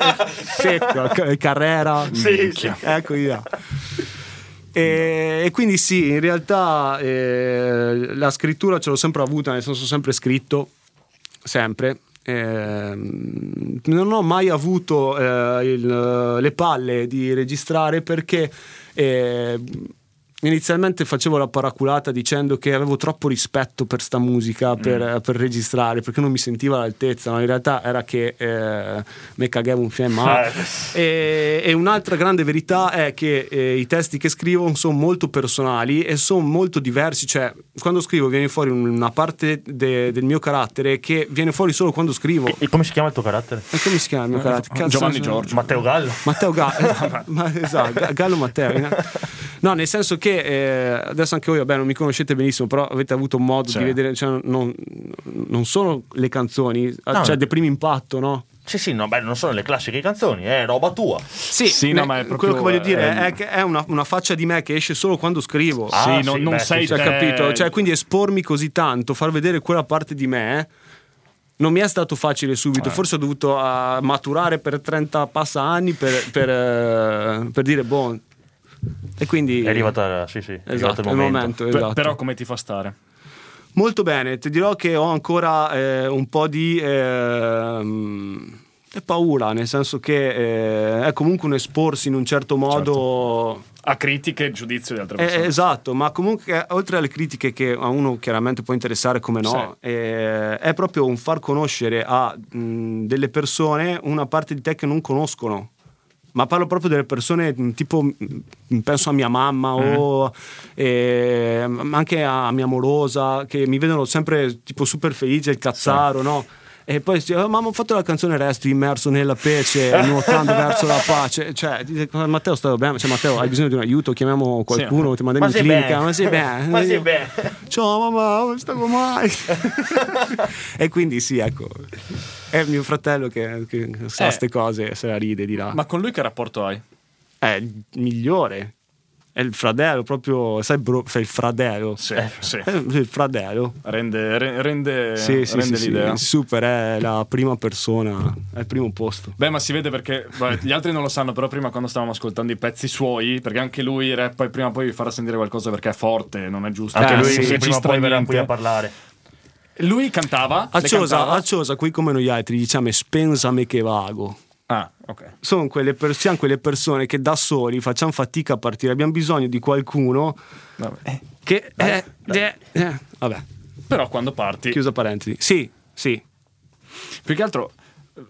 Speaker 3: secco, ca- Carrera, Ecco,
Speaker 2: Sì, sì.
Speaker 3: Eccomi là. E, e quindi sì, in realtà eh, la scrittura ce l'ho sempre avuta, nel senso ho sempre scritto, sempre. Ehm, non ho mai avuto eh, il- le palle di registrare perché eh, inizialmente facevo la paraculata dicendo che avevo troppo rispetto per sta musica per, per registrare perché non mi sentivo all'altezza, ma in realtà era che eh, me cagavo un fiamma. E, e un'altra grande verità è che eh, i testi che scrivo sono molto personali e sono molto diversi. Cioè, quando scrivo viene fuori un- una parte de- del mio carattere che viene fuori solo quando scrivo.
Speaker 2: E- e come si chiama il tuo carattere?
Speaker 3: E come si chiama il mio carattere? Cazzo,
Speaker 1: Eh, Giovanni
Speaker 3: non so-
Speaker 1: Giorgio.
Speaker 2: Matteo Gallo.
Speaker 3: Matteo Gallo, ma, esatto, Ga- Gallo Matteo. in- No, nel senso che eh, adesso anche voi, vabbè, non mi conoscete benissimo, però avete avuto modo
Speaker 1: Sì.
Speaker 3: di vedere, cioè, non, non sono le canzoni,
Speaker 2: No.
Speaker 3: cioè, del primo impatto, no?
Speaker 2: Sì, sì, no, beh, non sono le classiche canzoni, eh, è roba tua.
Speaker 3: Sì,
Speaker 1: Sì, no, ma è
Speaker 3: quello
Speaker 1: proprio- ehm,
Speaker 3: che voglio dire
Speaker 1: è-
Speaker 3: è, che è una, una faccia di me che esce solo quando scrivo.
Speaker 2: Ah,
Speaker 1: sì,
Speaker 2: sì,
Speaker 1: non, non
Speaker 2: beh, sì,
Speaker 1: sei
Speaker 2: sì, ho
Speaker 1: te-
Speaker 3: Cioè, capito? Cioè, quindi espormi così tanto, far vedere quella parte di me. Non mi è stato facile subito,
Speaker 1: Eh.
Speaker 3: forse ho dovuto ah, maturare per 30 passa anni per, per, eh, per dire boh. E quindi
Speaker 2: È arrivata, sì, sì, è arrivato
Speaker 3: esatto,
Speaker 2: il momento.
Speaker 1: per-
Speaker 3: esatto.
Speaker 1: Però come ti fa stare?
Speaker 3: Molto bene, ti dirò che ho ancora eh, un po' di ehm, eh, paura, nel senso che eh, è comunque un esporsi in un certo modo.
Speaker 1: A critiche e giudizio di altre
Speaker 3: Eh,
Speaker 1: persone.
Speaker 3: esatto, ma comunque eh, oltre alle critiche che a uno chiaramente può interessare come no, eh, è proprio un far conoscere a mh, delle persone una parte di te che non conoscono. Ma parlo proprio delle persone mh, tipo, mh, penso a mia mamma o eh, ma anche a mia morosa, che mi vedono sempre tipo super felice, il cazzaro, no? E poi dice, "Oh, mamma ho fatto la canzone Resto immerso nella pece, nuotando verso la pace. Cioè, dice, Matteo, stai bene? Cioè, Matteo, hai bisogno di un aiuto? Chiamiamo qualcuno, ti mandiamo
Speaker 2: Ma
Speaker 3: in
Speaker 2: sei
Speaker 3: clinica.
Speaker 2: bene.
Speaker 3: Ma sei bene?
Speaker 2: Ma sei
Speaker 3: Io-
Speaker 2: bene.
Speaker 3: Ciao mamma, come stavo mai? e quindi sì, ecco, è mio fratello che, che sa
Speaker 1: Eh.
Speaker 3: queste cose, se la ride di
Speaker 2: Ah.
Speaker 3: là.
Speaker 1: Ma con lui che rapporto hai?
Speaker 3: È il migliore, è il fratello, proprio, sai, bro, è il fratello.
Speaker 1: Sì,
Speaker 2: Eh.
Speaker 1: sì.
Speaker 3: È il fratello.
Speaker 1: Rende, re- rende,
Speaker 3: Sì, sì,
Speaker 1: Eh, rende
Speaker 3: sì, sì,
Speaker 1: l'idea.
Speaker 3: super, è la prima persona, è il primo posto.
Speaker 1: Beh, ma si vede perché beh, gli altri non lo sanno, però prima quando stavamo ascoltando i pezzi suoi, perché anche lui rappa e prima o poi vi farà sentire qualcosa perché è forte, non è giusto.
Speaker 2: Anche
Speaker 3: Eh,
Speaker 1: che non
Speaker 2: lui
Speaker 3: sì,
Speaker 1: si
Speaker 2: sì, prima o
Speaker 1: registra
Speaker 2: poi verrà qui a
Speaker 1: niente.
Speaker 2: parlare.
Speaker 1: Lui cantava. le
Speaker 3: Acciosa,
Speaker 1: cantava?
Speaker 3: acciosa, qui come noi altri diciamo spensame che vago.
Speaker 1: Ah, ok.
Speaker 3: Sono quelle, per- siamo quelle persone che da soli facciamo fatica a partire, abbiamo bisogno di qualcuno
Speaker 1: Vabbè.
Speaker 3: che... eh, eh, eh, vabbè,
Speaker 1: Però quando parti,
Speaker 3: chiusa parentesi. Sì, sì.
Speaker 1: più che altro eh,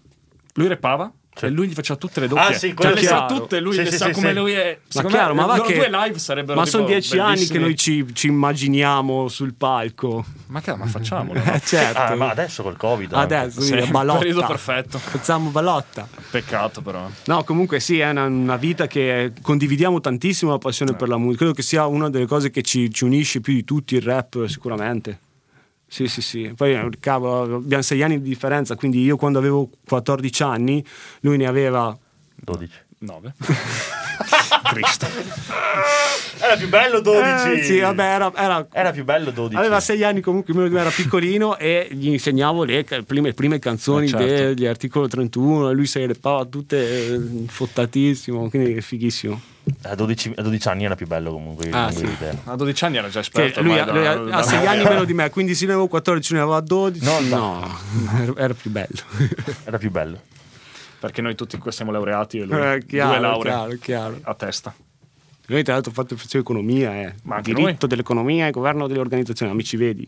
Speaker 1: lui rappava
Speaker 2: Sì.
Speaker 1: e lui gli faceva tutte le doppie.
Speaker 2: Ah, sì, quello
Speaker 1: cioè, le sa
Speaker 3: chiaro.
Speaker 1: tutte, lui
Speaker 2: Sì,
Speaker 1: le
Speaker 2: sì,
Speaker 1: sa
Speaker 2: sì,
Speaker 1: come
Speaker 2: sì.
Speaker 1: lui è.
Speaker 3: Ma
Speaker 1: Secondo
Speaker 3: chiaro,
Speaker 1: me,
Speaker 3: ma va
Speaker 1: loro
Speaker 3: che...
Speaker 1: due live sarebbero
Speaker 3: Ma
Speaker 1: tipo
Speaker 3: sono dieci anni
Speaker 1: bellissimi.
Speaker 3: che noi ci, ci immaginiamo sul palco.
Speaker 1: Ma che, ma facciamolo.
Speaker 3: Eh,
Speaker 1: no?
Speaker 3: certo.
Speaker 2: Ah, ma adesso col Covid. anche.
Speaker 3: Adesso,
Speaker 1: Sì,
Speaker 3: quindi,
Speaker 1: periodo
Speaker 3: balotta.
Speaker 1: perfetto.
Speaker 3: Facciamo balotta.
Speaker 1: Peccato, però.
Speaker 3: No, comunque sì, è una, una vita che condividiamo tantissimo la passione per la musica. Credo che sia una delle cose che ci, ci unisce più di tutti il rap, sicuramente. Sì, sì, sì. Poi, eh, cavolo, abbiamo sei anni di differenza, quindi io quando avevo 14 anni, lui ne aveva...
Speaker 2: 12.
Speaker 1: 9.
Speaker 2: Cristo. Era più bello 12.
Speaker 3: Eh, sì, vabbè, era- era-
Speaker 2: Era più bello 12.
Speaker 3: Aveva sei anni comunque, meno di me era piccolino e gli insegnavo le ca- prime, prime canzoni
Speaker 1: Eh, certo.
Speaker 3: degli articolo 31 e lui se le reppava tutte eh, fottatissimo, quindi è fighissimo.
Speaker 2: A 12, a 12 eh, anni era più bello comunque.
Speaker 3: Ah,
Speaker 2: comunque
Speaker 3: sì.
Speaker 2: l'idea.
Speaker 1: A 12 anni era già
Speaker 3: Che
Speaker 1: esperto.
Speaker 3: lui ha,
Speaker 1: Certo, ormai da-
Speaker 3: lui ha-
Speaker 1: da-
Speaker 3: ha
Speaker 1: da-
Speaker 3: sei anni meno di me, quindi se ne avevo 14 ne aveva 12.
Speaker 2: No, no.
Speaker 3: era- era più bello.
Speaker 2: Era più bello.
Speaker 1: Perché noi tutti qua siamo laureati e lui
Speaker 3: Eh, chiaro,
Speaker 1: due lauree
Speaker 3: chiaro, chiaro.
Speaker 1: a testa.
Speaker 3: Lui tra l'altro ha fatto facevo economia, eh.
Speaker 1: Ma anche
Speaker 3: diritto dell'economia e governo delle organizzazioni, amici vedi.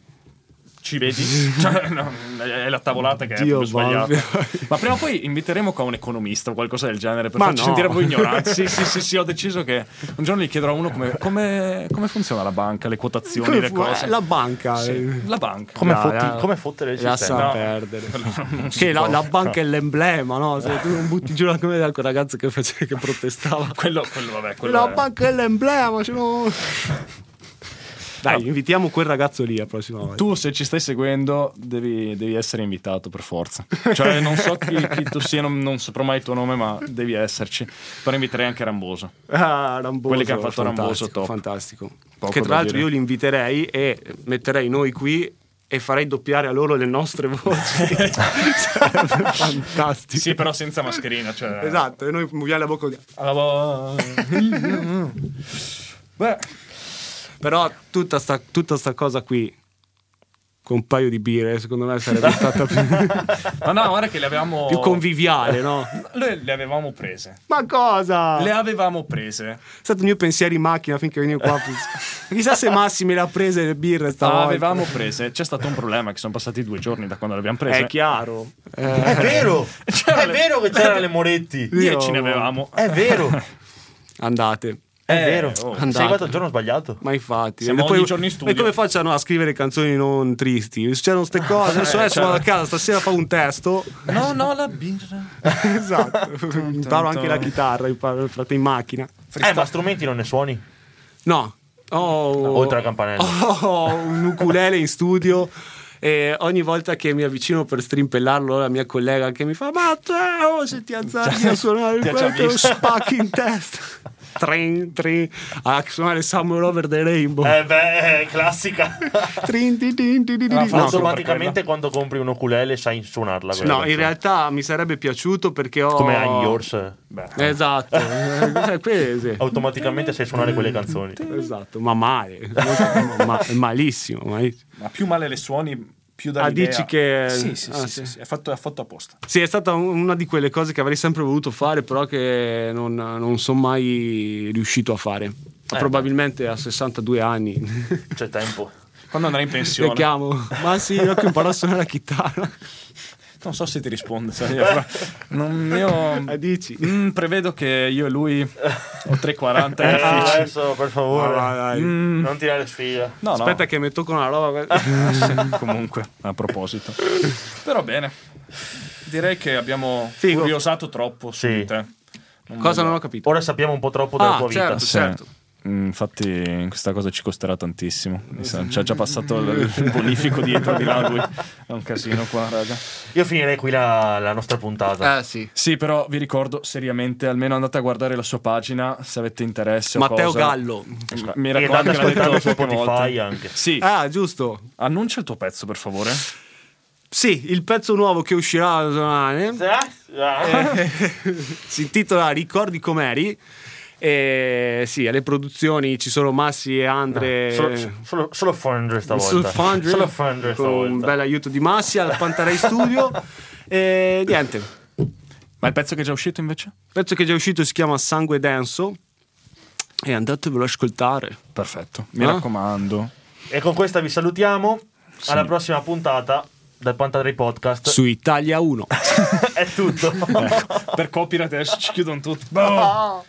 Speaker 1: Ci vedi? Cioè, no, è la tavolata che
Speaker 3: Dio
Speaker 1: è proprio sbagliata.
Speaker 3: Bobbio.
Speaker 1: Ma prima o poi inviteremo qua un economista o qualcosa del genere per
Speaker 3: Ma
Speaker 1: farci
Speaker 3: no.
Speaker 1: sentire un po' ignoranti. Sì, sì, sì, sì, ho deciso che un giorno gli chiederò a uno come, come- come funziona la banca, le quotazioni,
Speaker 3: Come
Speaker 1: le
Speaker 3: fu-
Speaker 1: cose.
Speaker 3: eh, la banca.
Speaker 1: Sì,
Speaker 3: eh.
Speaker 1: la banca.
Speaker 2: Come,
Speaker 3: No,
Speaker 2: fotti-
Speaker 3: era-
Speaker 2: come fottere il
Speaker 3: La
Speaker 2: sistema?
Speaker 3: sa
Speaker 1: No.
Speaker 3: perdere.
Speaker 1: si
Speaker 3: Che la,
Speaker 1: può.
Speaker 3: la banca è l'emblema, no? Se tu non butti giù la commedia a quel ragazzo che, face- che protestava.
Speaker 1: Quello, quello, vabbè, quello
Speaker 3: La
Speaker 1: è-
Speaker 3: banca è l'emblema, ce l'ho- Dai, invitiamo quel ragazzo lì la prossima volta.
Speaker 1: Tu se ci stai seguendo devi, devi essere invitato per forza. Cioè non so chi, chi tu sia, non, non saprò mai il tuo nome, ma devi esserci. Però inviterei anche Ramboso.
Speaker 3: Ah, Ramboso.
Speaker 1: Quelli che hanno fatto
Speaker 3: fantastico,
Speaker 1: Ramboso, top.
Speaker 3: Fantastico.
Speaker 1: Poco
Speaker 3: che
Speaker 1: da
Speaker 3: tra l'altro
Speaker 1: dire.
Speaker 3: io li inviterei e metterei noi qui e farei doppiare a loro le nostre voci. Sarebbe fantastico.
Speaker 1: Sì, però senza mascherina. Cioè...
Speaker 3: Esatto, e noi muoviamo la bocca. così.
Speaker 1: Beh,
Speaker 3: Però tutta sta, tutta sta cosa qui con un paio di birre, secondo me sarebbe stata più,
Speaker 1: Ma no, guarda che le avevamo.
Speaker 3: più conviviale, no?
Speaker 1: Noi le avevamo prese.
Speaker 3: Oh. Ma cosa?
Speaker 1: Le avevamo prese.
Speaker 3: È stato il mio pensiero in macchina finché venivo qua. Chissà se Massimi le ha prese le birre stavolta.
Speaker 1: avevamo prese. C'è stato un problema che sono passati due giorni da quando le abbiamo prese.
Speaker 3: È chiaro. Eh,
Speaker 2: È vero,
Speaker 1: C'era
Speaker 2: è
Speaker 1: le-
Speaker 2: vero che c'erano le Moretti.
Speaker 1: Dieci
Speaker 3: Io-
Speaker 1: ne avevamo.
Speaker 2: È vero,
Speaker 3: Andate.
Speaker 2: è
Speaker 1: Eh,
Speaker 2: vero.
Speaker 1: oh.
Speaker 2: Sei arrivato al giorno sbagliato.
Speaker 3: Ma infatti,
Speaker 1: Siamo
Speaker 3: e poi-
Speaker 1: ogni giorno in studio.
Speaker 3: E come facciano a scrivere canzoni non tristi? C'erano ste cose. Adesso adesso vado a casa, stasera fa un testo.
Speaker 1: No, no, la birra.
Speaker 3: esatto. imparo anche la chitarra, imparo frate in macchina.
Speaker 2: Eh, ma strumenti non ne suoni?
Speaker 3: No. Ho,
Speaker 2: Oltre alla campanella.
Speaker 3: ho un ukulele in studio. E ogni volta che mi avvicino per strimpellarlo, la mia collega che mi fa: Matteo, se ti alzati a
Speaker 1: Cioè,
Speaker 3: suonare
Speaker 1: ti ha
Speaker 3: quello
Speaker 1: già
Speaker 3: te lo
Speaker 1: visto."
Speaker 3: spacchi in testa. Trin, trin, a suonare Summer Over the Rainbow.
Speaker 2: Eh beh, è classica.
Speaker 3: Trin, tin, tin, tin, tin, tin.
Speaker 1: fa-
Speaker 3: No,
Speaker 2: Automaticamente quando compri un oculele sai suonarla. quella
Speaker 3: No, in
Speaker 2: canzone.
Speaker 3: realtà mi sarebbe piaciuto perché ho.
Speaker 2: Come Annie Yours,
Speaker 3: Esatto. Eh, quello sì.
Speaker 2: automaticamente sai suonare quelle canzoni.
Speaker 3: Esatto, ma male. Ma- ma- malissimo. malissimo.
Speaker 1: Ma più male le suoni, più da
Speaker 3: Ah, dici che-
Speaker 1: Sì, sì,
Speaker 3: ah,
Speaker 1: sì,
Speaker 3: sì.
Speaker 1: sì, sì, È, fatto, è fatto apposta.
Speaker 3: Sì, è stata un- una di quelle cose che avrei sempre voluto fare, però che non, non sono mai riuscito a fare. Probabilmente a 62 anni.
Speaker 2: C'è tempo.
Speaker 1: Quando andrai in pensione.
Speaker 3: Le chiamo. Ma sì, io che imparo a suonare la chitarra.
Speaker 1: Non so se ti risponde. sai, fra- non- io
Speaker 3: Ah, dici?
Speaker 1: Mm, prevedo che io e lui ho 3,40
Speaker 2: Eh,
Speaker 1: in
Speaker 3: ah,
Speaker 1: ufficio.
Speaker 2: adesso per favore,
Speaker 1: Mm,
Speaker 2: non tirare sfiga.
Speaker 1: no,
Speaker 3: Aspetta
Speaker 1: no.
Speaker 3: che mi tocca una roba.
Speaker 1: Comunque, a proposito. Però bene. Direi che abbiamo
Speaker 3: Figo.
Speaker 1: curiosato troppo su
Speaker 2: Sì.
Speaker 1: di te.
Speaker 3: Cosa non ho capito?
Speaker 2: Ora sappiamo un po' troppo della
Speaker 3: Ah,
Speaker 2: tua vita.
Speaker 3: certo. Certo.
Speaker 1: Mm, Infatti questa cosa ci costerà tantissimo. Mi sa. Ci ha già passato il il bonifico dietro di là lui. È un casino qua, raga.
Speaker 2: Io finirei qui la, la nostra puntata.
Speaker 3: Eh sì.
Speaker 1: Sì, però vi ricordo seriamente, almeno andate a guardare la sua pagina se avete interesse. o
Speaker 3: Matteo
Speaker 1: cosa.
Speaker 3: Gallo.
Speaker 1: M- Mi
Speaker 2: e
Speaker 1: raccomando,
Speaker 2: andate
Speaker 1: che l'ha detto
Speaker 2: ascoltando su
Speaker 1: poche
Speaker 2: Spotify
Speaker 1: volte.
Speaker 2: anche.
Speaker 1: Sì,
Speaker 3: Ah, giusto.
Speaker 1: annuncia il tuo pezzo, per favore.
Speaker 3: Sì, il pezzo nuovo che uscirà domani
Speaker 2: Eh,
Speaker 3: si intitola Ricordi com'eri. E sì, alle produzioni ci sono Massi e Andre.
Speaker 2: Ah, Solo, solo, solo Fondre
Speaker 3: Sul
Speaker 2: stavolta.
Speaker 3: Foundry,
Speaker 2: Solo Fondre
Speaker 3: con un
Speaker 2: stavolta.
Speaker 3: bel aiuto di Massi al Pantarei Studio. e niente, il
Speaker 1: Ma il pezzo che è già uscito invece?
Speaker 3: pezzo che è già uscito si chiama Sangue Denso. E andatevelo ad ascoltare.
Speaker 1: Perfetto, mi
Speaker 3: Ah.
Speaker 1: raccomando.
Speaker 2: E con questa vi salutiamo. Alla prossima puntata del Pantadri Podcast.
Speaker 3: Su Italia 1.
Speaker 2: È tutto.
Speaker 1: per copyright adesso ci chiudono tutti. Boh.